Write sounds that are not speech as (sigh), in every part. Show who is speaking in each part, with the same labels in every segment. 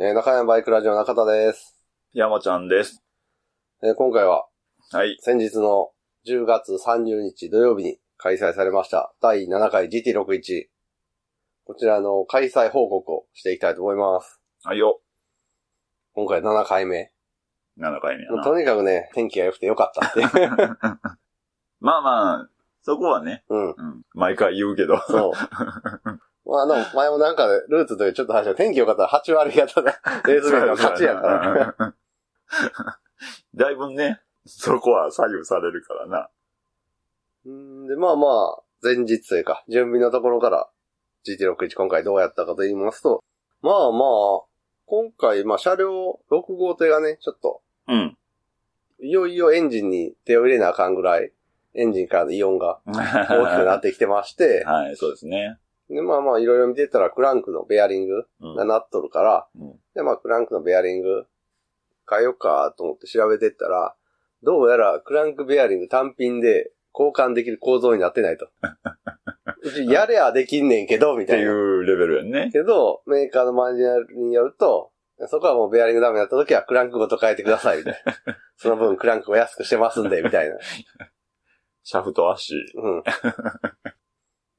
Speaker 1: えー中山バイクラジオ中田です。
Speaker 2: 山ちゃんです。
Speaker 1: えー今回は
Speaker 2: はい。
Speaker 1: 先日の10月30日土曜日に開催されました第7回 GT61。こちらの開催報告をしていきたいと思います。
Speaker 2: はいよ。
Speaker 1: 今回7回目。
Speaker 2: 7回目や
Speaker 1: もう
Speaker 2: な。
Speaker 1: とにかくね、天気が良くて良かったって
Speaker 2: (laughs)
Speaker 1: いう。
Speaker 2: まあまあ、そこはね、
Speaker 1: うん。
Speaker 2: うん。毎回言うけど。
Speaker 1: そう。まあ、あの、前もなんかで、ルーツというちょっと話した天気良かったら8割方だ。レース面の勝ちやから。
Speaker 2: ら。 (laughs) だいぶね、そこは左右されるからな。
Speaker 1: うんで、まあまあ、前日というか、準備のところから GT61 今回どうやったかと言いますと、まあまあ、今回、まあ車両6号艇がね、ちょっと、
Speaker 2: うん。
Speaker 1: いよいよエンジンに手を入れなあかんぐらい、エンジンからのイオンが
Speaker 2: 大きく
Speaker 1: 大きくなってきてまして、
Speaker 2: (laughs) はい、そうですね。
Speaker 1: で、まあまあ、いろいろ見てたら、クランクのベアリング
Speaker 2: うん
Speaker 1: がなっとるから、
Speaker 2: うん
Speaker 1: で、まあ、クランクのベアリング変えようかと思って調べてったら、どうやらクランクベアリング単品で交換できる構造になってない
Speaker 2: (laughs)
Speaker 1: と。うちやれやできんねんけど、み
Speaker 2: ったて
Speaker 1: い
Speaker 2: い
Speaker 1: な。
Speaker 2: うレベルやんね。
Speaker 1: けど、メーカーのマニュアルによると、そこはもうベアリングダメだった時はクランクごと変えてください、みたいな。
Speaker 2: (laughs)
Speaker 1: その分クランクを安くしてますんで、みたいな。
Speaker 2: シャフト足。 (laughs)
Speaker 1: うん。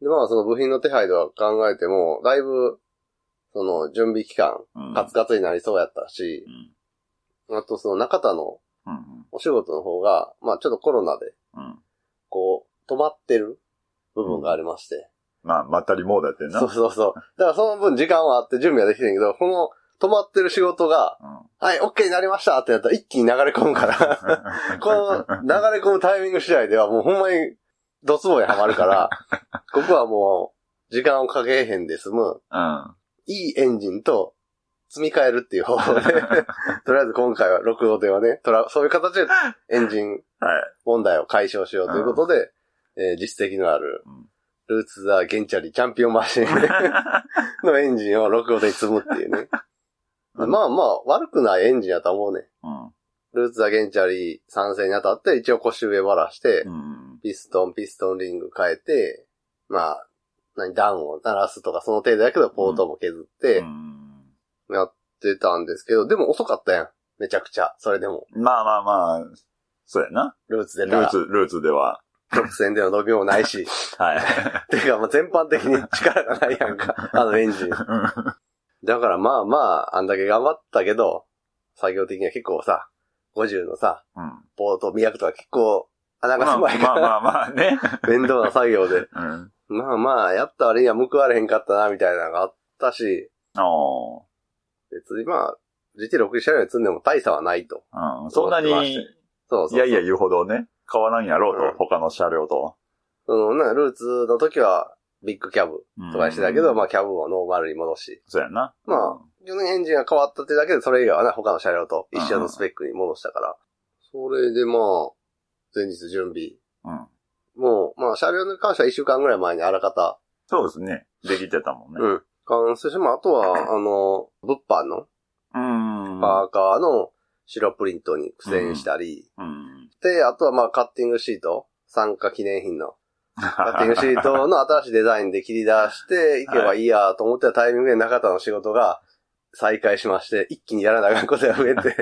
Speaker 1: で、まあ、その部品の手配とか考えても、だいぶ、その、準備期間、
Speaker 2: うん
Speaker 1: カツカツになりそうやったし
Speaker 2: う、ん。
Speaker 1: あとその中田の
Speaker 2: うん。
Speaker 1: お仕事の方が、まあ、ちょっとコロナで、
Speaker 2: うん。
Speaker 1: こう、止まってる部分がありまして。
Speaker 2: まあ、まったりモードやってんな。
Speaker 1: そうそうそう。だからその分時間はあって準備はできてんけど、この止まってる仕事が、
Speaker 2: うん。
Speaker 1: はい、OK になりましたってなったら一気に流れ込むから。 (laughs) この流れ込むタイミング次第ではもうほんまにドツボにはまるから、ここはもう時間をかけへんで済む、
Speaker 2: (laughs) うん。
Speaker 1: いいエンジンと積み替えるっていう方法で、とりあえず今回は6号艇はね、トラそういう形でエンジン
Speaker 2: はい。
Speaker 1: (laughs) 問題を解消しようということで、えー実績のある
Speaker 2: うん、
Speaker 1: ルーツ・ザ・ゲンチャリチャンピオンマシンのエンジンを6号艇に積むっていうね。
Speaker 2: (laughs) うん
Speaker 1: まあまあ、悪くないエンジンやと思うね。
Speaker 2: うん。
Speaker 1: ルーツ・ザ・ゲンチャリ参戦にあたって、一応腰上ばらして、
Speaker 2: うん。
Speaker 1: ピストン、ピストンリング変えて、まあ、何、ダウンを鳴らすとか、その程度やけど、ポートも削って
Speaker 2: う、ん
Speaker 1: やってたんですけど、でも遅かったやん。めちゃくちゃ。それでも、
Speaker 2: まあまあまあ、そうやな。
Speaker 1: ルーツで
Speaker 2: ル
Speaker 1: な
Speaker 2: ー
Speaker 1: ら
Speaker 2: ツ、、ルーツでは。
Speaker 1: 直線での伸びもないし、 (laughs)
Speaker 2: はい。
Speaker 1: ていうか、まあ全般的に力がないやんか、あのエンジン。だからまあまあ、あんだけ頑張ったけど、作業的には結構さ、50のさ、
Speaker 2: うん
Speaker 1: ポート磨くとか結構、穴が
Speaker 2: まあ
Speaker 1: 狭い
Speaker 2: ま
Speaker 1: か
Speaker 2: あま
Speaker 1: ら、
Speaker 2: あまあね。
Speaker 1: 面倒な作業で。
Speaker 2: うん。
Speaker 1: まあまあ、やった割には報われへんかったな、みたいなのがあったし、
Speaker 2: お
Speaker 1: 別にまあ、GT61 車両に積んでも大差はないと。
Speaker 2: ーうんそんなに、
Speaker 1: 思ってまし
Speaker 2: い
Speaker 1: そうそう。
Speaker 2: やいや言うほどね、変わらんやろ
Speaker 1: う
Speaker 2: うんと、他の車両と。
Speaker 1: そのな、ルーツの時は、ビッグキャブ
Speaker 2: うん
Speaker 1: とかにしてたけど、まあ、キャブをノーマルに戻し、
Speaker 2: そうやな。
Speaker 1: まあ基本的にエンジンが変わったってだけで、それ以外はね、他の車両と一緒のスペックに戻したから。それでまあ、前日準備。
Speaker 2: うん。
Speaker 1: もう、まあ、車両に関しては1週間ぐらい前にあらかた、
Speaker 2: そうですね。できてたもんね。
Speaker 1: うん。完成して、まあ、あと
Speaker 2: (coughs)
Speaker 1: は、あの、物販の、
Speaker 2: うん。
Speaker 1: パーカーの白プリントに苦戦したり、
Speaker 2: うん。
Speaker 1: で、あとはまあカッティングシート、参加記念品の、カッ
Speaker 2: 勝
Speaker 1: ティン
Speaker 2: (laughs)
Speaker 1: グシートの新しいデザインで切り出していけばいいやと思ってたタイミングで中田の仕事が再開しま
Speaker 2: (laughs)
Speaker 1: して、一気にやらなあかんことが増えて、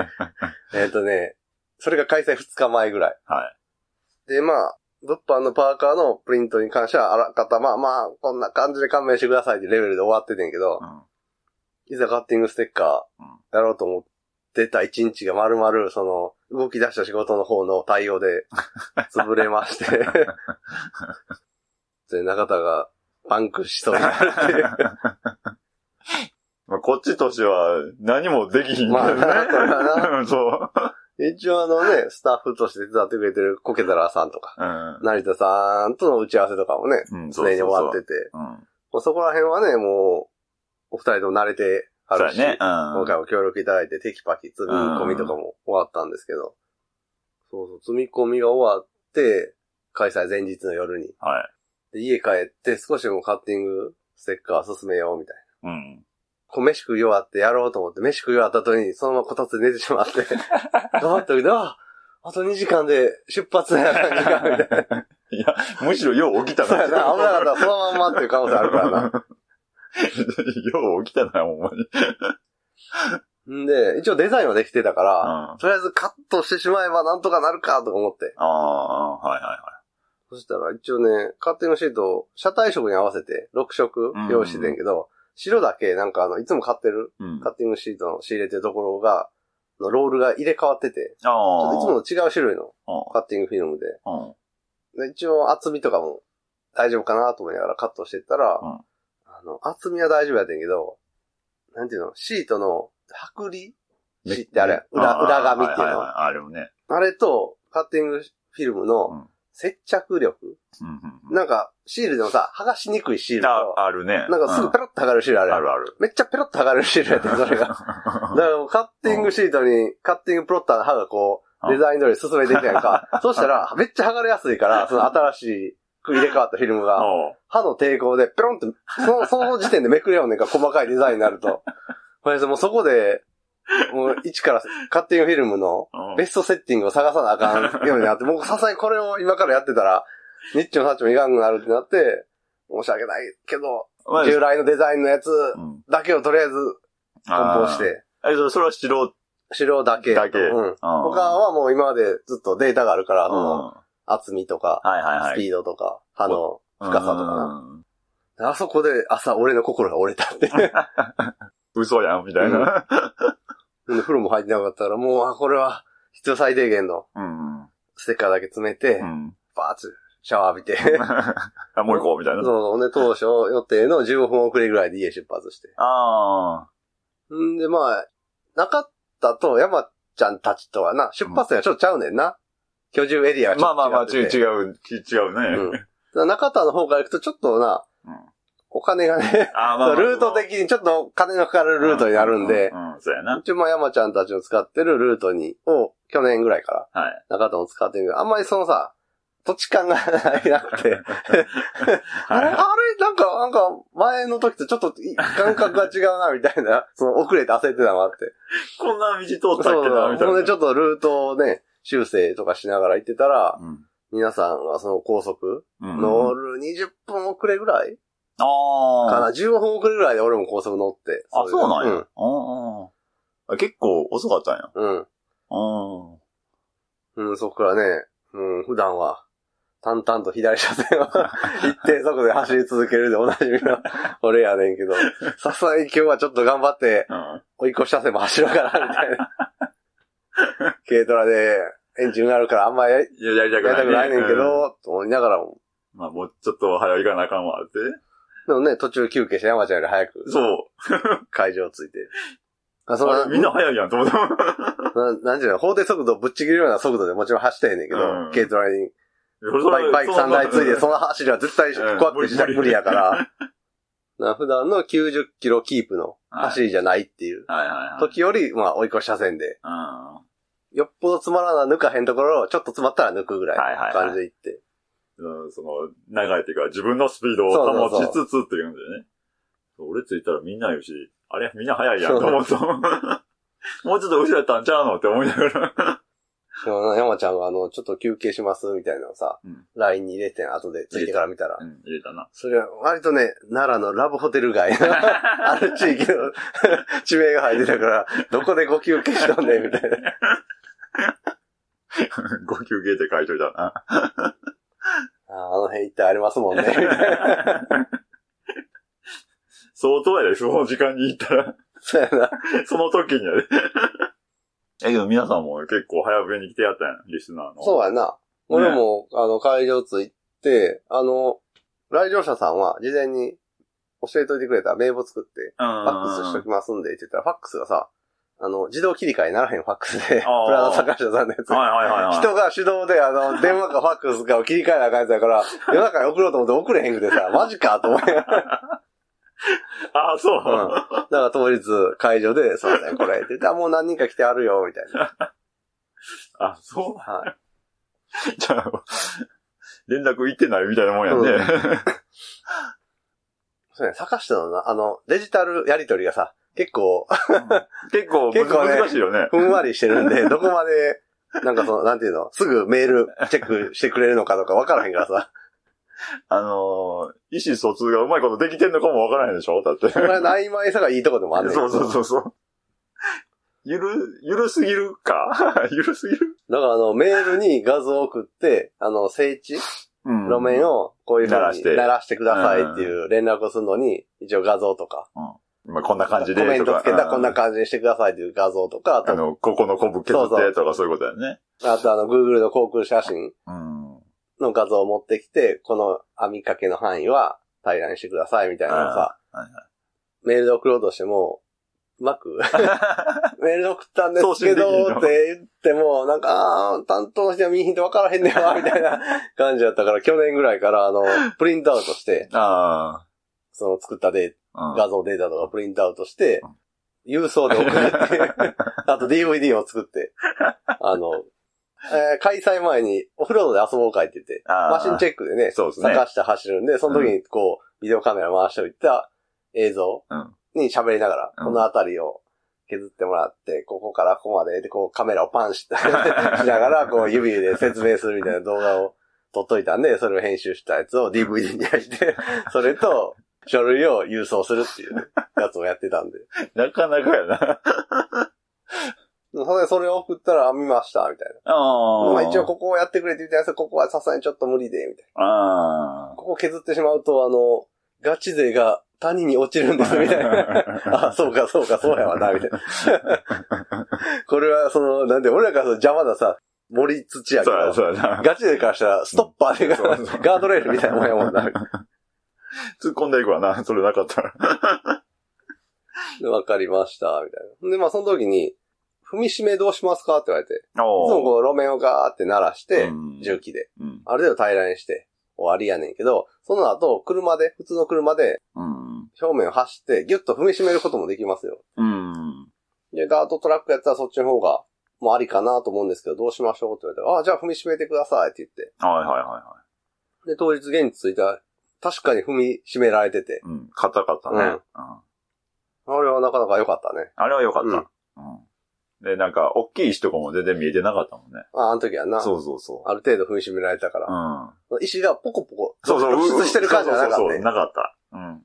Speaker 1: えっとね、それが開催2日前ぐらい。
Speaker 2: はい。
Speaker 1: で、まあ、物販のパーカーのプリントに関してはあらかた、まあまあ、こんな感じで勘弁してくださいってレベルで終わっててんけど、いざカッティングステッカーやろうと思ってた一日が丸々、その、動き出した仕事の方の対応
Speaker 2: (laughs)
Speaker 1: で潰れまして、で、中田がパンクしそうになるって
Speaker 2: (laughs)
Speaker 1: いう。
Speaker 2: (laughs) まあこっちとしては何もできひんけどね。
Speaker 1: まあなんかな
Speaker 2: うん (laughs) そう。
Speaker 1: 一応あのね、スタッフとして手伝ってくれてるコケダラさんとか、
Speaker 2: うん。
Speaker 1: 成田さんとの打ち合わせとかもね、
Speaker 2: うん、
Speaker 1: 常に終わってて、
Speaker 2: うん。
Speaker 1: もうそこら辺はね、もう、お二人とも慣れてあ
Speaker 2: そ
Speaker 1: る
Speaker 2: うや
Speaker 1: し、
Speaker 2: ね。うん。
Speaker 1: 今回も協力いただいて、テキパキ積み込みとかも終わったんですけど、そうそう、積み込みが終わって、開催前日の夜に。
Speaker 2: はい。
Speaker 1: で、家帰って少しでもカッティング、ステッカー進めようみたいな。
Speaker 2: うん。
Speaker 1: こう、飯食い終わってやろうと思って、飯食い終わった後に、そのままこたつで寝てしまって、 (laughs) 黙っておいて、ああと2時間で出発やな、時
Speaker 2: (laughs)
Speaker 1: 間みたいな。
Speaker 2: いや、むしろよう起きた。
Speaker 1: そう (laughs) やな、危なかったたらそのまんまって
Speaker 2: (laughs)
Speaker 1: いう可能性あるからな。
Speaker 2: よう起きたな、ほんまに。
Speaker 1: んで、一応デザインはできてたか
Speaker 2: うん。
Speaker 1: ら、
Speaker 2: あ
Speaker 1: とりあえずカットしてしまえばなんとかなるかとか思って。
Speaker 2: あー、はいはいは
Speaker 1: そしたら一応ね、カッティングシートを車体色に合わせて6色用意してたんやけど、白だけなんかあの、いつも買ってる
Speaker 2: い。うん。
Speaker 1: カッティングシートの仕入れてるところが、のロールが入れ替わってて、
Speaker 2: あ
Speaker 1: ちょっ
Speaker 2: あ。
Speaker 1: といつもと違う種類の
Speaker 2: うん
Speaker 1: カッティングフィルムで、
Speaker 2: うん。
Speaker 1: で一応厚みとかも大丈夫かなと思いながらカットしてったら、
Speaker 2: うん
Speaker 1: あの、厚みは大丈夫やったんやけど、なんていうの、シートの剥離
Speaker 2: め
Speaker 1: 知ってあれ裏
Speaker 2: あー
Speaker 1: 裏紙っていうの
Speaker 2: はははあれもね。
Speaker 1: あれと、カッティングフィルム
Speaker 2: う
Speaker 1: の
Speaker 2: ん
Speaker 1: 接着力、
Speaker 2: うんうんうん
Speaker 1: なんか、シールでもさ、剥がしにくいシール
Speaker 2: あ
Speaker 1: と、
Speaker 2: あるね。
Speaker 1: なんかすぐペロッと剥がれるシールあ
Speaker 2: う
Speaker 1: る
Speaker 2: ん
Speaker 1: や
Speaker 2: あ
Speaker 1: ん
Speaker 2: るある。
Speaker 1: めっちゃペロッと剥がれるシールやって、それ
Speaker 2: (laughs)
Speaker 1: が。だからもうカッティングシートに、カッティングプロッターの刃がこう、
Speaker 2: うん
Speaker 1: デザイン通り進めていくやんか。
Speaker 2: (laughs)
Speaker 1: そうしたら、めっちゃ剥がれやすいから、その新しい入れ替わったフィルムが、
Speaker 2: おう
Speaker 1: 刃の抵抗でペロンって、その、その時点でめくれようねんか、細かいデザインになる
Speaker 2: (laughs)
Speaker 1: と。これもうそこで、もう一からカッティングフィルムの
Speaker 2: うん
Speaker 1: ベストセッティングを探さなあかんようにな
Speaker 2: (laughs)
Speaker 1: って、もうさすがにこれを今からやってたら、ニッチもサッチもいかんくなるってなって、申し訳ないけど、
Speaker 2: まあ
Speaker 1: 従来のデザインのやつ
Speaker 2: うん
Speaker 1: だけをとりあえず梱包し。て、
Speaker 2: あーえ、そそれは素人。
Speaker 1: 白だけ。
Speaker 2: だけ
Speaker 1: うん。
Speaker 2: 他
Speaker 1: 他はもう今までずっとデータがあるから、
Speaker 2: う
Speaker 1: そ
Speaker 2: ん。
Speaker 1: の
Speaker 2: は
Speaker 1: 厚みとか、
Speaker 2: いはいはい。
Speaker 1: スピードとか、刃の深さとかな。
Speaker 2: うん
Speaker 1: あそこで朝俺の心が折れた
Speaker 2: (laughs)
Speaker 1: って。
Speaker 2: 嘘やん、みたいな。
Speaker 1: で風呂も入ってなかったから、もう、あ、これは必要最低限の
Speaker 2: うん。うん
Speaker 1: ステッカーだけ詰めて、
Speaker 2: うん。
Speaker 1: バーッとシャワー浴びて。
Speaker 2: (laughs) あ、もう行こう、みたい
Speaker 1: そう
Speaker 2: な。
Speaker 1: そう、ね、当初予定の15分遅れぐらいで家出発して。
Speaker 2: あ
Speaker 1: んで、まあ、なかったと山ちゃんたちとはな、出発点はちょっとちゃうねんな。居住エリア
Speaker 2: あ。
Speaker 1: がちょ
Speaker 2: ま
Speaker 1: っ
Speaker 2: あ
Speaker 1: と
Speaker 2: まあまあ、
Speaker 1: 違
Speaker 2: 違う、
Speaker 1: ってて
Speaker 2: 違う、違うね。
Speaker 1: うん。だから中田の方から行くとちょっとな、
Speaker 2: うん
Speaker 1: お金がね、
Speaker 2: あーまあまあ
Speaker 1: ルート的にちょっと金のかかるルートになるんで
Speaker 2: う、うん、そうやな。
Speaker 1: 一応まあ山ちゃんたちの使ってるルートに、を去年ぐらいから
Speaker 2: はい。
Speaker 1: 中田も使ってみる。あんまりそのさ、土地感が (laughs) なくて。あれ、あれ、
Speaker 2: は
Speaker 1: なんか、なんか、前の時とちょっとい感覚が違うな、みたいな。 (laughs) その、遅れて焦ってたのもあって。
Speaker 2: い。こんな道通ったっ
Speaker 1: そう
Speaker 2: けな、
Speaker 1: だ
Speaker 2: みたい
Speaker 1: もう
Speaker 2: な
Speaker 1: ね、ち。ょっとルートをね、修正とかしながら行ってたら、
Speaker 2: うん
Speaker 1: 皆さんがその高速、
Speaker 2: うん
Speaker 1: 乗る20分遅れぐらい
Speaker 2: ああ。
Speaker 1: かな ?15 分遅れぐらいで俺も高速乗って。
Speaker 2: あ、そうなんや。
Speaker 1: れ
Speaker 2: あ
Speaker 1: で
Speaker 2: ーあ結構遅かったんや。
Speaker 1: うん。うん
Speaker 2: うん。
Speaker 1: うん、そっからね、うん、普段は、淡々と左車線を (laughs) 一定速度で走り続けるでおなじみの俺やねんけど、さすがに今日はちょっと頑張って、
Speaker 2: うん。
Speaker 1: 追い越し車線も走ろうかな、みたいな。 (laughs) 軽トラで、エンジンがあるからあんまやり
Speaker 2: いや、やりた
Speaker 1: や
Speaker 2: くな
Speaker 1: り
Speaker 2: い、
Speaker 1: たくないねんけ
Speaker 2: うん。
Speaker 1: ど、と思いながらも。
Speaker 2: まあ、もうちょっと早いかなあかんわって。
Speaker 1: でもね、途中休憩して山ちゃんより早く
Speaker 2: そう。
Speaker 1: 会場着いて。あ、そ
Speaker 2: あ
Speaker 1: の
Speaker 2: れみんな早いやん、と思った。
Speaker 1: な、なんていうの、法定速度をぶっちぎるような速度でもちろん走ってへんねんけど、
Speaker 2: うん
Speaker 1: 軽トラにバイクバ
Speaker 2: バ
Speaker 1: イク3台ついて、その走りは絶対
Speaker 2: うん
Speaker 1: 怖くて自宅
Speaker 2: 無
Speaker 1: 無
Speaker 2: 理
Speaker 1: 理やから。 (laughs) な普段の90キロキープの
Speaker 2: はい
Speaker 1: 走りじゃないっていう
Speaker 2: はいはいはい。
Speaker 1: 時より、まあ追い越し車線で、
Speaker 2: うん。あ
Speaker 1: よっぽどつまらな抜かへんところをちょっと詰まったら抜くぐら
Speaker 2: はいはい
Speaker 1: い
Speaker 2: は
Speaker 1: の
Speaker 2: い
Speaker 1: 感じで行って。
Speaker 2: うん、その、長いっていうか、自分のスピードを保ちつつっていうんだよね。そう俺ついたらみんなよし、あれみんな早いやん、と思 (laughs) った。もうちょっと後ろやったんちゃうのって思いながら。
Speaker 1: でもな山ちゃんがあの、ちょっと休憩しますみたいなのさ
Speaker 2: うん、
Speaker 1: LINE に入れてん後でついてから見たら
Speaker 2: う。ん、入れ (laughs) たな。
Speaker 1: それは割とね、奈良のラブホテル街 (laughs) ある地
Speaker 2: (laughs)
Speaker 1: 域の (laughs) 地名が入ってたから、どこでご休憩したんねんみたいな。
Speaker 2: ご休憩って書いといた (laughs) な。
Speaker 1: (laughs) ああの辺一体ありますもんね。みたいな
Speaker 2: 相当やで、その時間に行ったら、
Speaker 1: (laughs) そうやな。
Speaker 2: その時にやで。 (laughs) え、けど皆さんも結構早めに来てやったやん、リスナーの。
Speaker 1: そうやな。俺も、あの、会場着いて、あの、来場者さんは事前に教えといてくれた名簿作って、
Speaker 2: うん。
Speaker 1: ファックスしときますんで、って言ったら、ファックスがさ、あの、自動切り替えにならへんファックスで、プ
Speaker 2: あー
Speaker 1: ラダ坂下さんのやつ。
Speaker 2: はいはいはいはい。
Speaker 1: 人が手動で、あ
Speaker 2: (laughs)
Speaker 1: の、電話かファックスかを切り替えなあかんやつやから、夜中に送ろうと思って送れへんくてさ、マジかと思い
Speaker 2: (laughs)
Speaker 1: ながら
Speaker 2: あ、そう。
Speaker 1: うんだから当日、会場で、すいません、これ、って言ったら、もう何人か来てあるよ、みたいな。
Speaker 2: あ、そうなん
Speaker 1: は
Speaker 2: じゃあ、連絡行ってないみたいなもんやね。
Speaker 1: そうね、坂下のな、あの、デジタルやりとりがさ、結構、
Speaker 2: (laughs)
Speaker 1: (laughs)
Speaker 2: 結構、
Speaker 1: 結構ね
Speaker 2: 難しいよね。
Speaker 1: ふんわりしてるん
Speaker 2: (laughs)
Speaker 1: で、どこまで、なんかその、なんていうの、すぐメールチェックしてくれるのかとか分からへんからさ。
Speaker 2: あのー、意思疎通がうまいことできてんのかもわからないでしょだって。
Speaker 1: これの曖昧さがいいとこでもあんねん。
Speaker 2: そうそうそうそう。ゆる、ゆるすぎるか (laughs) ゆるすぎる
Speaker 1: だからあの、メールに画像を送って、あの、整地
Speaker 2: うん
Speaker 1: 路面をこういう風
Speaker 2: 鳴らし
Speaker 1: に
Speaker 2: て
Speaker 1: 鳴らしてくださいっていう連絡をするのに、一応画像とか。
Speaker 2: 今こんな感じで
Speaker 1: コメント
Speaker 2: とか。
Speaker 1: つけた
Speaker 2: うん
Speaker 1: こんな感じにしてくださいっていう画像とか、あ
Speaker 2: あ
Speaker 1: と、
Speaker 2: の、ここのコブ削ってとかそういうことだよね。
Speaker 1: あとあの、Google の航空写真 (laughs)
Speaker 2: うん。
Speaker 1: の画像を持ってきて、この網掛けの範囲は平らにしてくださいみたいなのさ
Speaker 2: あーはい、
Speaker 1: メールで送ろうとしても、うまく、メールで送ったんですけど、
Speaker 2: 送信できんの
Speaker 1: って言っても、なんか、あー担当の人は見えひんと分からへんねんわ、みたいな感じだったから、去年ぐらいから、あの、プリントアウトして、
Speaker 2: あ
Speaker 1: その作ったデータ
Speaker 2: あ。
Speaker 1: 画像データとかプリントアウトして
Speaker 2: うん、
Speaker 1: 郵送で送って、あと DVD を作って、あの、えー開催前にお風呂で遊ぼうかって言って、マシンチ
Speaker 2: ェッ
Speaker 1: ェックでね、
Speaker 2: そうですね
Speaker 1: 坂下走るんで、その時にこう、ビデオカメラ回しておいた映像
Speaker 2: うん
Speaker 1: に喋りなが
Speaker 2: う
Speaker 1: ら、
Speaker 2: ん
Speaker 1: この辺りを削ってもらって、ここからここまでで、こうカメラをパンし (laughs) しながら、こう指で説明するみたいな動画を撮っといたんで、それを編集したやつを DVD に焼いて、それと書類を郵送するっていうやつをやってたんで。
Speaker 2: ク。なかなかやな。
Speaker 1: それそれを送ったら、あ見ました、みたい
Speaker 2: ああ。
Speaker 1: な。まあ一応ここをやってくれって言ったやつ、ここはさすがにちょっと無理で、みたいな。
Speaker 2: あ
Speaker 1: ここ削ってしまうと、あの、ガチ勢が谷に落ちるん (laughs) です、みたい
Speaker 2: (laughs)
Speaker 1: な。
Speaker 2: あ。
Speaker 1: あ、そうか、そうか、そうやわな、みたい (laughs) な。これは、その、なんで、俺らからその邪魔なさ、森土やけ
Speaker 2: そうや、
Speaker 1: ど、
Speaker 2: そうやな。 (laughs)
Speaker 1: ガチ勢からしたら、ストッパーで、
Speaker 2: そうそ
Speaker 1: (laughs)
Speaker 2: う
Speaker 1: ガードレールみたいなもんやもんな。
Speaker 2: 突っ込んでいくわな、 (laughs) それなかったら。
Speaker 1: わかりました、みたいな。で、まあ、その時に、踏み締めどうしますかって言われて、いつもこう、路面をガーって鳴らして
Speaker 2: うん、
Speaker 1: 重機で、
Speaker 2: うん。
Speaker 1: ある程度平らにして、終わりやねんけど、その後、車で、普通の車で、
Speaker 2: うん。
Speaker 1: 表面を走って、ギュッと踏み締めることもできますよ。
Speaker 2: うん。
Speaker 1: で、ダートトラックやったらそっちの方が、もうありかなと思うんですけど、どうしましょうって言われて、ああ、じゃあ踏み締めてくださいって言って。
Speaker 2: はいはいはいは
Speaker 1: で、当日現地着いたら、確かに踏み締められてて
Speaker 2: い。、うん。硬かったね。
Speaker 1: う
Speaker 2: うんん。
Speaker 1: あれはなかなか良かったね。
Speaker 2: あれは良かった。うん。で、なんか、大きい石とかも全然見えてなかったもんね。
Speaker 1: ああ、あの時はな。
Speaker 2: そうそうそう。
Speaker 1: ある程度踏み締められたか
Speaker 2: う
Speaker 1: ら、
Speaker 2: ん。
Speaker 1: 石がポコポコ、
Speaker 2: そうそう。
Speaker 1: 露出してる感じじゃなかった
Speaker 2: そ
Speaker 1: ね
Speaker 2: うそうそうなかった。
Speaker 1: (laughs)
Speaker 2: うん。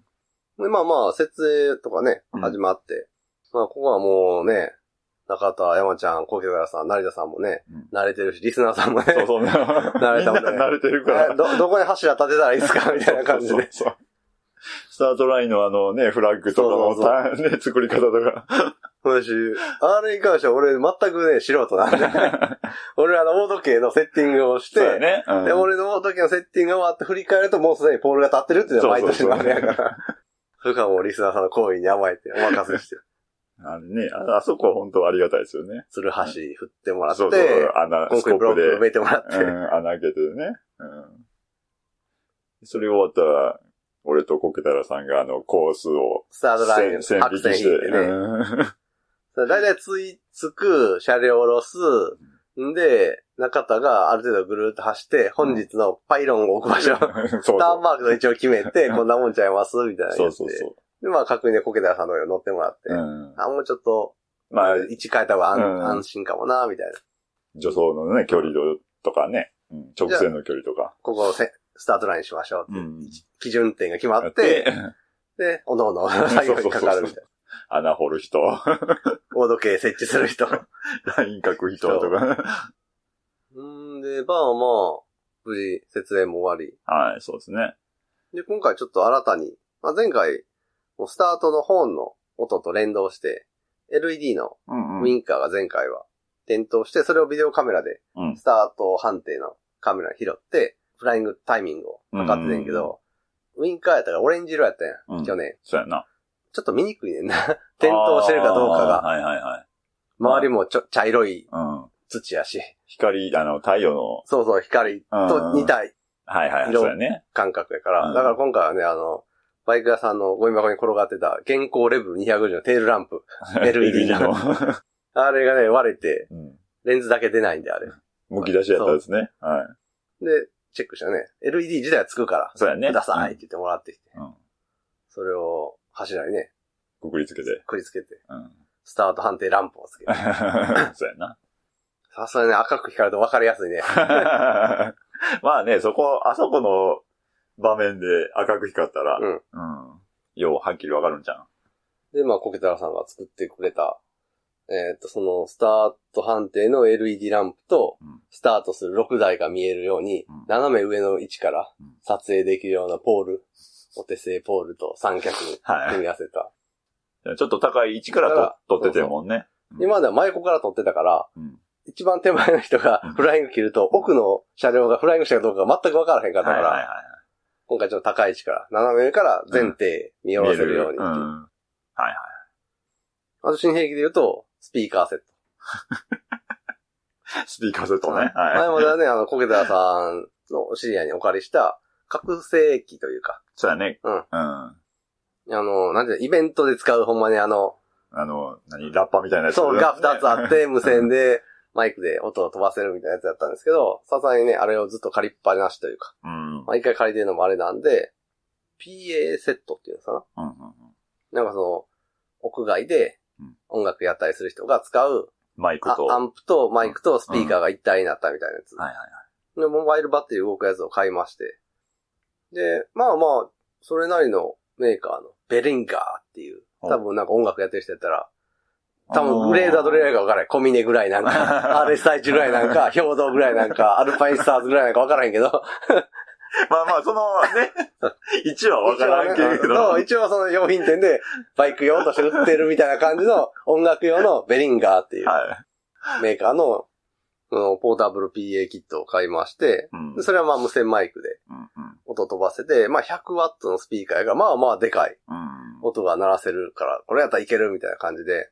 Speaker 1: で、まあまあ、設営とかね
Speaker 2: う、ん
Speaker 1: 始まって、まあ、ここはもうね、中田、山ちゃん、小池原さん、成田さんもね、
Speaker 2: うん
Speaker 1: 慣れてるし、リスナーさんもね、
Speaker 2: そうそう。慣
Speaker 1: れたもんね
Speaker 2: みんな慣れてるから。
Speaker 1: (laughs) え (laughs) ど、どこに柱立てたらいいですかみたいな感じ
Speaker 2: そう
Speaker 1: で。
Speaker 2: そうそう。スタートラインのあのね、フラッグとかの
Speaker 1: そうそ
Speaker 2: ターンね、作り方とか。
Speaker 1: 私、あれに関しては俺全くね、素人なん (laughs) (laughs) で。俺あの、オート系のセッティングをし
Speaker 2: (laughs) そうや
Speaker 1: て、
Speaker 2: ね。うん
Speaker 1: で、俺のオート系のセッティングが終わって振り返るともうすでにポールが立ってるっていうのが毎年のあれやから。そ (laughs) れからもうリスナーさんの行為に甘えてお任せして、
Speaker 2: あれね、ああそこは本当ありがたいですよね。
Speaker 1: ツルハシ振ってもらって、
Speaker 2: そうそう、穴、
Speaker 1: コン
Speaker 2: ス
Speaker 1: ク
Speaker 2: コ
Speaker 1: リブロッ
Speaker 2: ッ
Speaker 1: ク埋
Speaker 2: プ
Speaker 1: めてもらって、
Speaker 2: で、うん、穴開けてね。うん。それ終わったら、俺とコケタラさんがあの、コースを、
Speaker 1: スタートライン、
Speaker 2: 線
Speaker 1: 白
Speaker 2: 引き
Speaker 1: 線
Speaker 2: し
Speaker 1: 引い
Speaker 2: て。
Speaker 1: てね。 (laughs)
Speaker 2: うん
Speaker 1: だいたいついつく、車両を下ろす、んで、中田がある程度ぐるーっと走って、本日のパイロンを置く場所、
Speaker 2: そうそう
Speaker 1: ターンマークの位置を決め
Speaker 2: (laughs)
Speaker 1: て、こんなもんちゃいますみたいな
Speaker 2: そ
Speaker 1: や
Speaker 2: う
Speaker 1: つ
Speaker 2: そう
Speaker 1: で。
Speaker 2: そ
Speaker 1: で、まあ、確認でコケダさんの上に乗ってもらって、
Speaker 2: う。うん。
Speaker 1: あ、もうちょっと、
Speaker 2: まあ、
Speaker 1: 位置変えた方が安,、
Speaker 2: うん
Speaker 1: 安心かもな、みたいな。
Speaker 2: 助走のね、距離とかね、うん、直線の距離とか。
Speaker 1: ここをせスタートラインにしましょうって、
Speaker 2: うん
Speaker 1: 基準点が決ま
Speaker 2: や
Speaker 1: っ、
Speaker 2: ってて、
Speaker 1: で、おのお
Speaker 2: (laughs)
Speaker 1: の作業にかかるみたいな。
Speaker 2: 穴掘る人、 (laughs)
Speaker 1: 大時計設置する人。う
Speaker 2: ライン書く人とか。
Speaker 1: ーんで、まあまあ、無事説明も終わり。
Speaker 2: はい、そうですね。
Speaker 1: で、今回ちょっと新たに、まあ、前回、もうスタートの本の音と連動して、LED の
Speaker 2: うん
Speaker 1: ウィンカーが前回は点灯して、それをビデオカメラで
Speaker 2: うん、
Speaker 1: スタート判定のカメラ拾って、フライングタイミングを測ってたんやけど、ウィンカーやったらオレンジ色やったや
Speaker 2: うん
Speaker 1: ん、去年。
Speaker 2: そうやな。
Speaker 1: ちょっと見にくいねんな。 (laughs) 点灯してるかどうか
Speaker 2: あー
Speaker 1: が。
Speaker 2: はいはいはい。
Speaker 1: 周りもちょ茶色い
Speaker 2: うん。
Speaker 1: 土やし、
Speaker 2: 光、あの、太陽の、
Speaker 1: そうそう、光と似た
Speaker 2: はいはい、
Speaker 1: 色
Speaker 2: そうやね。
Speaker 1: 感覚やから。
Speaker 2: うん
Speaker 1: だから今回はね、あの、バイク屋さんのゴミ箱に転がってた、現行レベル250のテールラン
Speaker 2: (laughs)
Speaker 1: プ。LED のあれがね、割れて、
Speaker 2: うん
Speaker 1: レンズだけ出ないんで、あれ。
Speaker 2: むき出しやったですね。はい。
Speaker 1: で、チェックしたらね、LED 自体はつくから、
Speaker 2: そうやね。
Speaker 1: くださいって言ってもらってきて、
Speaker 2: うん。うん
Speaker 1: それを柱にね、
Speaker 2: くくりつ
Speaker 1: (laughs)
Speaker 2: けて。
Speaker 1: くりつけて、
Speaker 2: うん。
Speaker 1: スタート判定ランプを
Speaker 2: (laughs)
Speaker 1: つけて。
Speaker 2: そうやな。 (laughs)
Speaker 1: さすがにね、赤く光ると分かりやすいね。
Speaker 2: まあね、そこ、あそこの場面で赤く光ったら、
Speaker 1: うん
Speaker 2: ん。よう、はっきりわかるんじゃん。
Speaker 1: で、まあ、コケタラさんが作ってくれた、えっ、と、その、スタート判定の LED ランプと
Speaker 2: うん、
Speaker 1: スタートする6台が見えるように、
Speaker 2: うん
Speaker 1: 斜め上の位置から
Speaker 2: うん
Speaker 1: 撮影できるようなポール、お手製ポールと三脚に
Speaker 2: は
Speaker 1: 組み合わせた。
Speaker 2: い。ちょっと高い位置からと撮っててもんね。うん
Speaker 1: 今までは真横から撮ってたから、
Speaker 2: うん
Speaker 1: 一番手前の人が
Speaker 2: うん
Speaker 1: フライング切ると、奥の車両がフライングしたかどうかが全く分からへんかったから、
Speaker 2: はいはいはい
Speaker 1: 今回ちょっと高い位置から、斜め上から全体見下ろせるようにって
Speaker 2: 見
Speaker 1: い
Speaker 2: え
Speaker 1: う。
Speaker 2: るうんはいはい。
Speaker 1: あと新兵器で言うと、スピーカーセット。
Speaker 2: スピーカーセットね。
Speaker 1: 前
Speaker 2: は
Speaker 1: ま
Speaker 2: い。
Speaker 1: ではね、あの、コケダさんのお知り合いにお借りした、覚醒器というか、
Speaker 2: そうやね。
Speaker 1: うん
Speaker 2: うん。あ
Speaker 1: あの、なんていうのイベントで使うほんまにあの、
Speaker 2: の、何ラッパみたいなやつ。
Speaker 1: そう、が二つあっ
Speaker 2: ね。 (laughs)
Speaker 1: て、無線で、マイクで音を飛ばせるみたいなやつだったんですけど、さすがにね、あれをずっと借りっぱなしというか、
Speaker 2: うん。うん
Speaker 1: 毎回借りてるのもあれなんで、PA セットっていうのか
Speaker 2: うんうん
Speaker 1: ななんかその、屋外で
Speaker 2: うん
Speaker 1: 音楽やったりする人が使う、
Speaker 2: マイク
Speaker 1: あ
Speaker 2: と。
Speaker 1: ア
Speaker 2: はい
Speaker 1: ンプとマイクとスピーカーが一体になったみたいなやつ。
Speaker 2: はいはい。
Speaker 1: で、モバイルバッテリー動くやつを買いまして。で、まあまあ、それなりのメーカーのベリンガーっていう、
Speaker 2: うん
Speaker 1: 多分なんか音楽やってる人やったら、多分グレードはどれぐらいか分からない。コミネぐらいなん
Speaker 2: (laughs)
Speaker 1: か、RS1 ぐらいなんか、兵道ぐらいなんか、アルパインスターズぐらいなんか分からへんけど、
Speaker 2: まあまあ、その
Speaker 1: (laughs)
Speaker 2: ね、一話は分からんけれ
Speaker 1: 一応
Speaker 2: ど
Speaker 1: ね、そう一応その用品店でバイク用として売ってるみたいな感じの音楽用のベリンガーっていう
Speaker 2: はい。
Speaker 1: メーカーの、そのポータブル PA キットを買いまして、
Speaker 2: うん
Speaker 1: でそれはまあ無線マイクで
Speaker 2: うんうん
Speaker 1: 音飛ばせて、まあ100ワットのスピーカーがまあまあでかい
Speaker 2: うん
Speaker 1: 音が鳴らせるから、これやったらいけるみたいな感じで、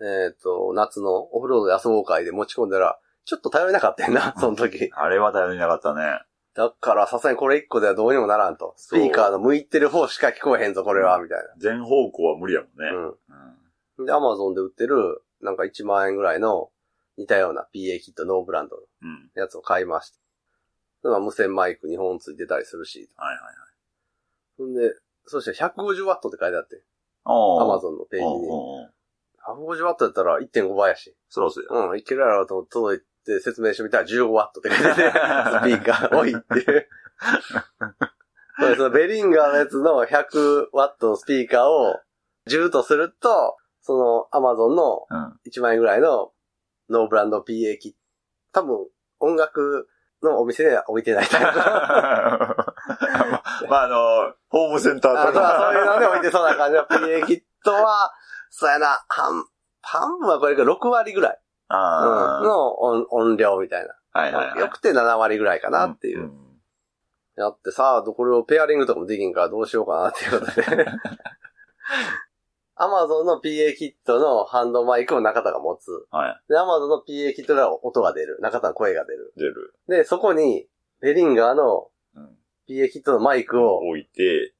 Speaker 1: えっ、と、夏のオフロードで遊ぼう会で持ち込んだら、ちょっと頼りなかったよな、その時。
Speaker 2: あれは頼りなかったね。
Speaker 1: だからさすがにこれ1個ではどうにもならんと。スピーカーの向いてる方しか聞こえへんぞ、これは、みたい
Speaker 2: 全方向は無理やもんね。
Speaker 1: な。
Speaker 2: うん
Speaker 1: うん。で、アマゾンで売ってる、なんか1万円ぐらいの似たような PA キットノーブランドの
Speaker 2: うん。
Speaker 1: やつを買いました。まあ無線マイク2本ついてたりするし。
Speaker 2: はいはいはい。
Speaker 1: ほんで、そして150ワットって書いてあって。
Speaker 2: お
Speaker 1: アマ
Speaker 2: ン
Speaker 1: ゾンのペー
Speaker 2: ペ
Speaker 1: ジに。150ワットだったら1.5倍やし。
Speaker 2: そろそろ
Speaker 1: うん、いけるやろうと思って届いて説明してみたら15ワットって書いて (laughs) て、スピ
Speaker 2: や。
Speaker 1: ーカー多いっていう。そうそのベリンガーのやつの100ワットのスピーカーを10とすると、そのアマゾンの
Speaker 2: うん。
Speaker 1: 1万円ぐらいのノーブランド PA 機、多分音楽のお店では置いて
Speaker 2: (laughs)
Speaker 1: ないタイプ。
Speaker 2: ま (laughs) まあ、あの、ホームセンター
Speaker 1: あ
Speaker 2: と
Speaker 1: とはそういうの
Speaker 2: か。
Speaker 1: で置いてそうな感じの PA キットは、そうやな、半、半分はこれが6割ぐらい。
Speaker 2: あ
Speaker 1: うん
Speaker 2: ー
Speaker 1: の音音量みたい
Speaker 2: はいはいは
Speaker 1: な。
Speaker 2: い。
Speaker 1: よくて7割ぐらいかなっていう。
Speaker 2: ん。ん
Speaker 1: やってさ、どこれをペアリングとかもできんからどうしようかなっていうことで。アマゾンの PA キットのハンドマイクを中田が持つ。
Speaker 2: はい。
Speaker 1: で、アマゾンの PA キットが音が出る。中田の声が出る。
Speaker 2: 出る。
Speaker 1: で、そこに、ベリンガーの
Speaker 2: うん。
Speaker 1: PA キットのマイクを
Speaker 2: 置いて、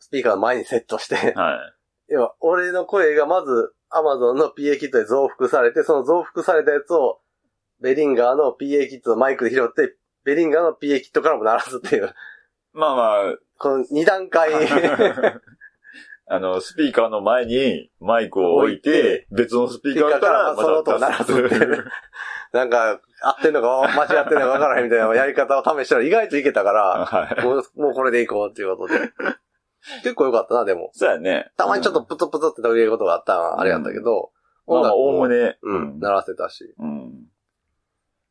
Speaker 1: スピーカーの前にセットして、 (laughs)
Speaker 2: はい。
Speaker 1: 要は、俺の声がまず、アマゾンの PA キットで増幅されて、その増幅されたやつを、ベリンガーの PA キットのマイクで拾って、ベリンガーの PA キットからも鳴らすっていう、
Speaker 2: まあまあ、
Speaker 1: この二段
Speaker 2: (laughs)
Speaker 1: 階
Speaker 2: あの、スピーカーの前にマイクを置いて、別のスピーカーからまた
Speaker 1: スピーカーからその音を鳴らすっていうなんか、合ってんのか間違ってんのか分からへんみたいなやり方を試したら意外といけたから、
Speaker 2: (laughs) はい。
Speaker 1: もう、もうこれでいこうっていうことで。結構良かったな、でも。
Speaker 2: そうやね。
Speaker 1: たまにちょっと
Speaker 2: うん、
Speaker 1: プツプツって途切れることがあったのはあれやったけど、
Speaker 2: まあまあ、おお
Speaker 1: も
Speaker 2: むね。
Speaker 1: うん、鳴らせたし。
Speaker 2: うん。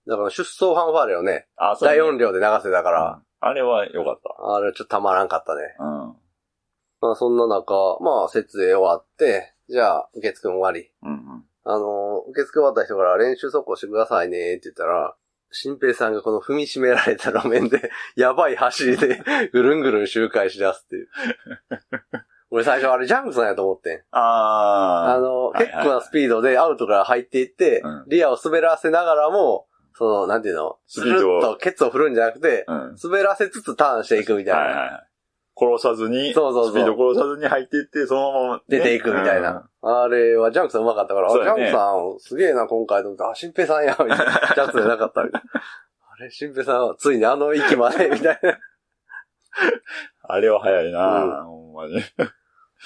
Speaker 1: だから出走ファンファーレをね、
Speaker 2: あ、そう
Speaker 1: 大
Speaker 2: やね
Speaker 1: 音量で流せたから、
Speaker 2: あれは良かっ
Speaker 1: あれはちょっとたまらんかったね。
Speaker 2: た。うん。
Speaker 1: まあそんな中、まあ設営終わって、じゃあ受付も終わり。
Speaker 2: うん
Speaker 1: あのー、受付終わった人から練習走行してくださいねって言ったら、新平さんがこの踏みしめられた路面で、 (laughs) やばい走りで、 (laughs) ぐるんぐるん周回し出すっていう。 (laughs) 俺最初あれジャンクさんやと思ってん。あ
Speaker 2: あ
Speaker 1: のー、
Speaker 2: はい
Speaker 1: 結構なスピードでアウトから入っていって、
Speaker 2: うん
Speaker 1: リアを滑らせながらも、その、なんていうの、
Speaker 2: スピードを
Speaker 1: スルッとケツを振るんじゃなくて、
Speaker 2: あ。うん。
Speaker 1: 滑らせつつターンしていくみたいな。
Speaker 2: はいはいはい。殺さずに、
Speaker 1: そうそうそう
Speaker 2: スピード殺さずに入っていって、そのままね
Speaker 1: 出ていくみたいな。。あれはジャンクさんうまかったから、あ
Speaker 2: そう
Speaker 1: ジ
Speaker 2: だ
Speaker 1: ャ
Speaker 2: よ
Speaker 1: ンク
Speaker 2: ね
Speaker 1: さんすげえな今回と思って、あ、新平さんや、みたいな。ジャンクさんじゃなかった、みたいな。あれ、新平さんはついにあの域まで、みたいな。
Speaker 2: あれは早い
Speaker 1: うん
Speaker 2: なほんまに。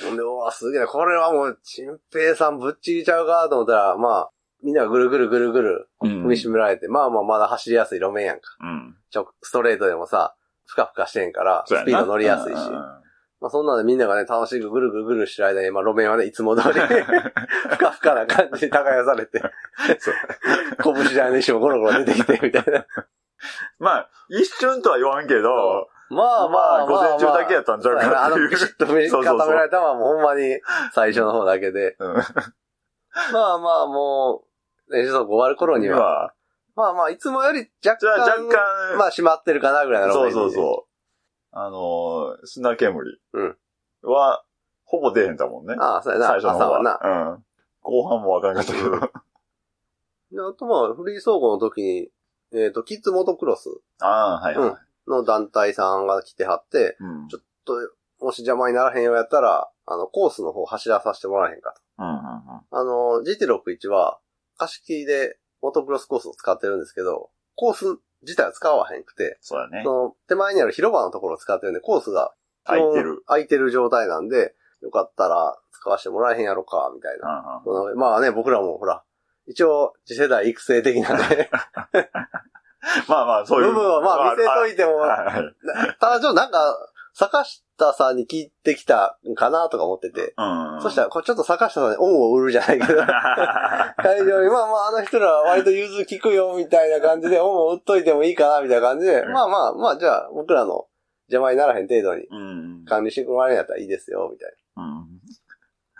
Speaker 1: ほんで、うわ、すげえな、これはもう、新平さんぶっちぎちゃうかと思ったら、まあ、みんながぐるぐるぐるぐる
Speaker 2: うん
Speaker 1: 踏みしめられて、まあまあまだ走りやすい路面やんか。
Speaker 2: うん。
Speaker 1: ちょ、ストレートでもさ、ふかふかしてんから、ス
Speaker 2: そうやな
Speaker 1: ピード乗りやすいし。
Speaker 2: うんうんうん
Speaker 1: まあそんなのでみんながね、楽しくぐるぐるぐるしてる間に、まあ路面はね、いつも通
Speaker 2: (laughs)
Speaker 1: り、ふかふかな感じに耕されて、
Speaker 2: そう
Speaker 1: 拳台の石もゴロゴロ出てきて、みたいな。
Speaker 2: まあ、一瞬とは言わんけど、
Speaker 1: まあまあまあ、
Speaker 2: 午前中だけやったんちゃうかな
Speaker 1: あ
Speaker 2: ってい
Speaker 1: の、
Speaker 2: う
Speaker 1: ピシッと目
Speaker 2: そうそうそう
Speaker 1: 固められたのはもうほんまに最初の方だけで。
Speaker 2: うん。
Speaker 1: まあまあもう、練習速終わる頃には、
Speaker 2: まあ
Speaker 1: まあまあ、いつもより若
Speaker 2: じゃあ
Speaker 1: 干、
Speaker 2: 若干、
Speaker 1: まあ閉まってるかなぐらいなの
Speaker 2: そうそうそう。あのー、砂煙
Speaker 1: うん
Speaker 2: は、ほぼ出へんだもんね。
Speaker 1: ああ、そうやな。
Speaker 2: 最初の
Speaker 1: 朝
Speaker 2: 方
Speaker 1: はな。
Speaker 2: は。うん。後半もわかんかったけど。
Speaker 1: であとまあ、フリー走行の時に、えっ、と、キッズモトクロス
Speaker 2: ああ、はいはい。
Speaker 1: の団体さんが来てはって、
Speaker 2: うん。
Speaker 1: ちょっと、もし邪魔にならへんようやったら、あの、コースの方走らさせてもらえへんか
Speaker 2: うんうん
Speaker 1: と。あの、GT61 は、貸し切りでモトクロスコースを使ってるんですけど、コース自体は使わへんくて、
Speaker 2: そうだね
Speaker 1: そ。の、手前にある広場のところを使ってるんで、コースが
Speaker 2: 空いてる。。
Speaker 1: 空いてる状態なんで、よかったら使わせてもらえへんやろか、みたいな
Speaker 2: う。んうん
Speaker 1: そのまあね、僕らもほら、一応、次世代育成的なね、
Speaker 2: まあま (laughs) あ、そ
Speaker 1: 部
Speaker 2: ういう。
Speaker 1: 分はまあ見せと
Speaker 2: い
Speaker 1: いても、
Speaker 2: はいはい。
Speaker 1: ただちょっとなんか、坂下さんに聞いてきたんかなとか思ってて、
Speaker 2: うん。
Speaker 1: そしたら、これちょっと坂下さんに恩を売るじゃ
Speaker 2: (laughs)
Speaker 1: ないけど、
Speaker 2: ら、
Speaker 1: 会場に、まあまあ、あの人らは割と融通聞くよ、みたいな感じで、恩を売っといてもいいかな、みたいな感じで、
Speaker 2: うん
Speaker 1: まあまあ、まあじゃあ、僕らの邪魔にならへん程度に
Speaker 2: うん。
Speaker 1: 管理してもらえるんやったらいいですよ、みたい
Speaker 2: うん。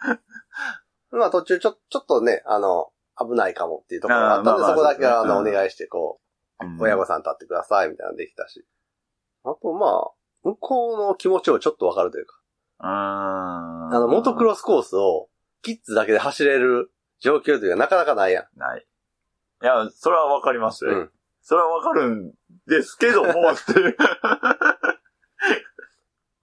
Speaker 1: な。まあ途中、ちょ、ちょっとね、あの、危ないかもっていうところがあったんで、
Speaker 2: あーまあまあ
Speaker 1: そこだけは、あの、
Speaker 2: そ
Speaker 1: お
Speaker 2: うですねうん
Speaker 1: 願いして、こう、親御さん立ってくださいみたいなのできたし。あとまあ、向こうの気持ちをちょっとわかるというか、
Speaker 2: あ
Speaker 1: あの、モトクロ
Speaker 2: ス。
Speaker 1: スコースをキッズだけで走れる状況というのはなかなかないやん。
Speaker 2: ない。いや、それはわかりますよ。
Speaker 1: うん
Speaker 2: それはわかるんですけども、って
Speaker 1: (laughs)
Speaker 2: いう。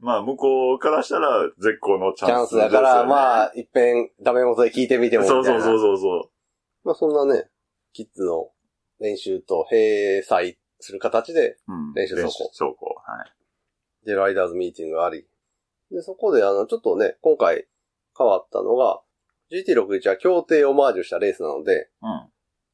Speaker 2: まあ、向こうからしたら絶好のチ
Speaker 1: チャ
Speaker 2: ャ
Speaker 1: ン
Speaker 2: ン
Speaker 1: ス
Speaker 2: ス、
Speaker 1: だから、
Speaker 2: あ、
Speaker 1: まあ、一遍ダメ元で聞いてみてもみたい
Speaker 2: そ
Speaker 1: な。
Speaker 2: うそうそうそうそ
Speaker 1: まあそんなね、キッズの練習と併載する形で、
Speaker 2: う。うん
Speaker 1: 練習走行
Speaker 2: 走行。はい。
Speaker 1: で、ライダーズミーティングがあり。で、そこであの、ちょっとね、今回変わったのが、GT61 は協定をオマージュしたレースなので、
Speaker 2: うん。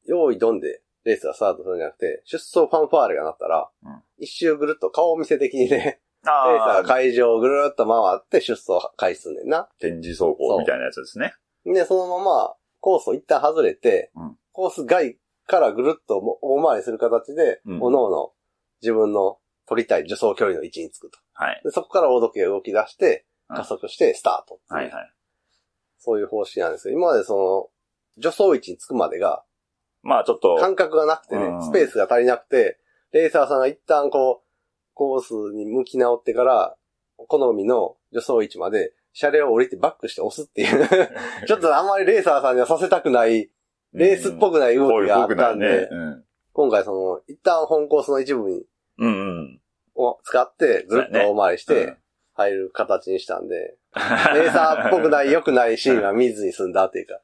Speaker 1: 用意ドンでレースがスタートするんじゃなくて、出走ファンファーレがなったら
Speaker 2: うん、
Speaker 1: 一周ぐるっと顔見せ的にね、レーサ
Speaker 2: あ
Speaker 1: ーが
Speaker 2: あ、
Speaker 1: 会場をぐるっと回って出走開始すんねんな。
Speaker 2: 展示走行みたいなやつですね。
Speaker 1: で、そのままコースを一旦外れて
Speaker 2: うん、
Speaker 1: コース外からぐるっとも大回りする形で、
Speaker 2: うん
Speaker 1: おのおの自分の取りたい助走距離の位置につくと。
Speaker 2: はい。
Speaker 1: でそこから大時計が動き出して、
Speaker 2: うん
Speaker 1: 加速してスタート。
Speaker 2: はいはい。
Speaker 1: そういう方式なんですけど、今までその、助走位置につくまでが、
Speaker 2: まあ、ちょっと。
Speaker 1: 感覚がなくてね
Speaker 2: う、ん
Speaker 1: スペースが足りなくて、レーサーさんが一旦こう、コースに向き直ってから、好みの助走位置まで、車両を降りてバックして押すって
Speaker 2: (laughs)
Speaker 1: いう、ちょっとあんまりレーサーさんにはさせたくない、レースっぽく
Speaker 2: く
Speaker 1: ない動きがあっ
Speaker 2: ぽくな
Speaker 1: た
Speaker 2: い
Speaker 1: ん
Speaker 2: ね
Speaker 1: で、。今回その、一旦本コースの一部に
Speaker 2: うん。うんうん。
Speaker 1: を使って、ずっと大回りし
Speaker 2: う
Speaker 1: て
Speaker 2: ん、
Speaker 1: 入る形にしたんで、レーサーっぽくない、良くないシーンは見ずに済んだっていうか、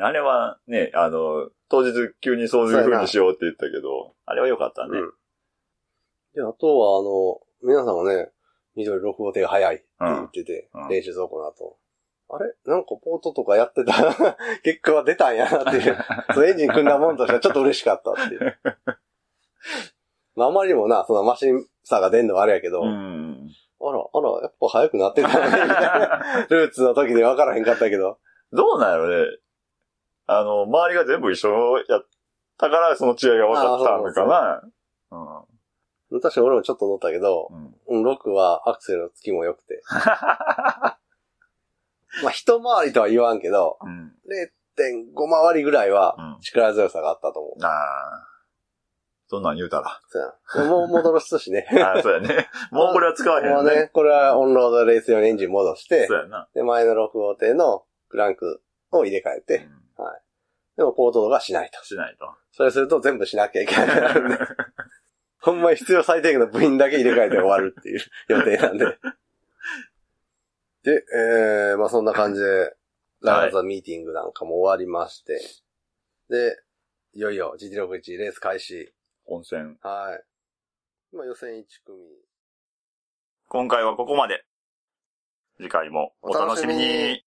Speaker 2: あれはね、あの、当日急にそういう風にしようって言ったけど、あれは良かったね。
Speaker 1: で、あとは、あの、皆さんがね、緑6号艇が速いって言ってて、
Speaker 2: うんうん
Speaker 1: 練習走行の後。あれなんかポートとかやってた (laughs) 結果は出たんやなって
Speaker 2: (laughs)
Speaker 1: いう。そうエンジン組んだもんとしてはちょっと嬉しかったっていう。まあ、あまりにもな、そのマシンさが出んのはあれやけど、
Speaker 2: う
Speaker 1: あら、
Speaker 2: ん。 (laughs)
Speaker 1: あら、やっぱ速くなってたね、みたいな。ルーツの時で分からへんかったけど。
Speaker 2: どうなんやろね。あの、周りが全部一緒やったから、その違いが分かったのかな。う
Speaker 1: 確かに俺もちょっと乗ったけど、
Speaker 2: ん。うん
Speaker 1: うん6はアクセルのつきも良くて。まあ、一回りとは言わんけど、
Speaker 2: うん。
Speaker 1: 0.5回りぐらいは
Speaker 2: うん
Speaker 1: 力強さがあったと思う。
Speaker 2: ああ。そんなん言うたら。 (laughs)
Speaker 1: そうやなもう戻すしね。
Speaker 2: ああ、そうやね。もうこれは使わへん
Speaker 1: も
Speaker 2: よ
Speaker 1: う
Speaker 2: ね。
Speaker 1: ね、これはオンロードレース用にエンジン戻して
Speaker 2: そ、うやな。
Speaker 1: で、前の6号艇のクランクを入れ替え
Speaker 2: う
Speaker 1: て、
Speaker 2: ん
Speaker 1: でもポートドがしないと。
Speaker 2: しない (laughs) と。
Speaker 1: それすると全部しなきゃいけないん
Speaker 2: (laughs)
Speaker 1: で、ほんまに必要最低限の部品だけ入れ替えて終わるっていう予定なんで。で、えー、まあそんな感じで、ラガーザミーティングなんかも終わりまして、で、いよいよ GT61 レース開始。
Speaker 2: 温泉。
Speaker 1: はい。今予選1組。
Speaker 2: 今回はここまで。次回もお楽しみ
Speaker 1: お楽しみ
Speaker 2: に
Speaker 1: に。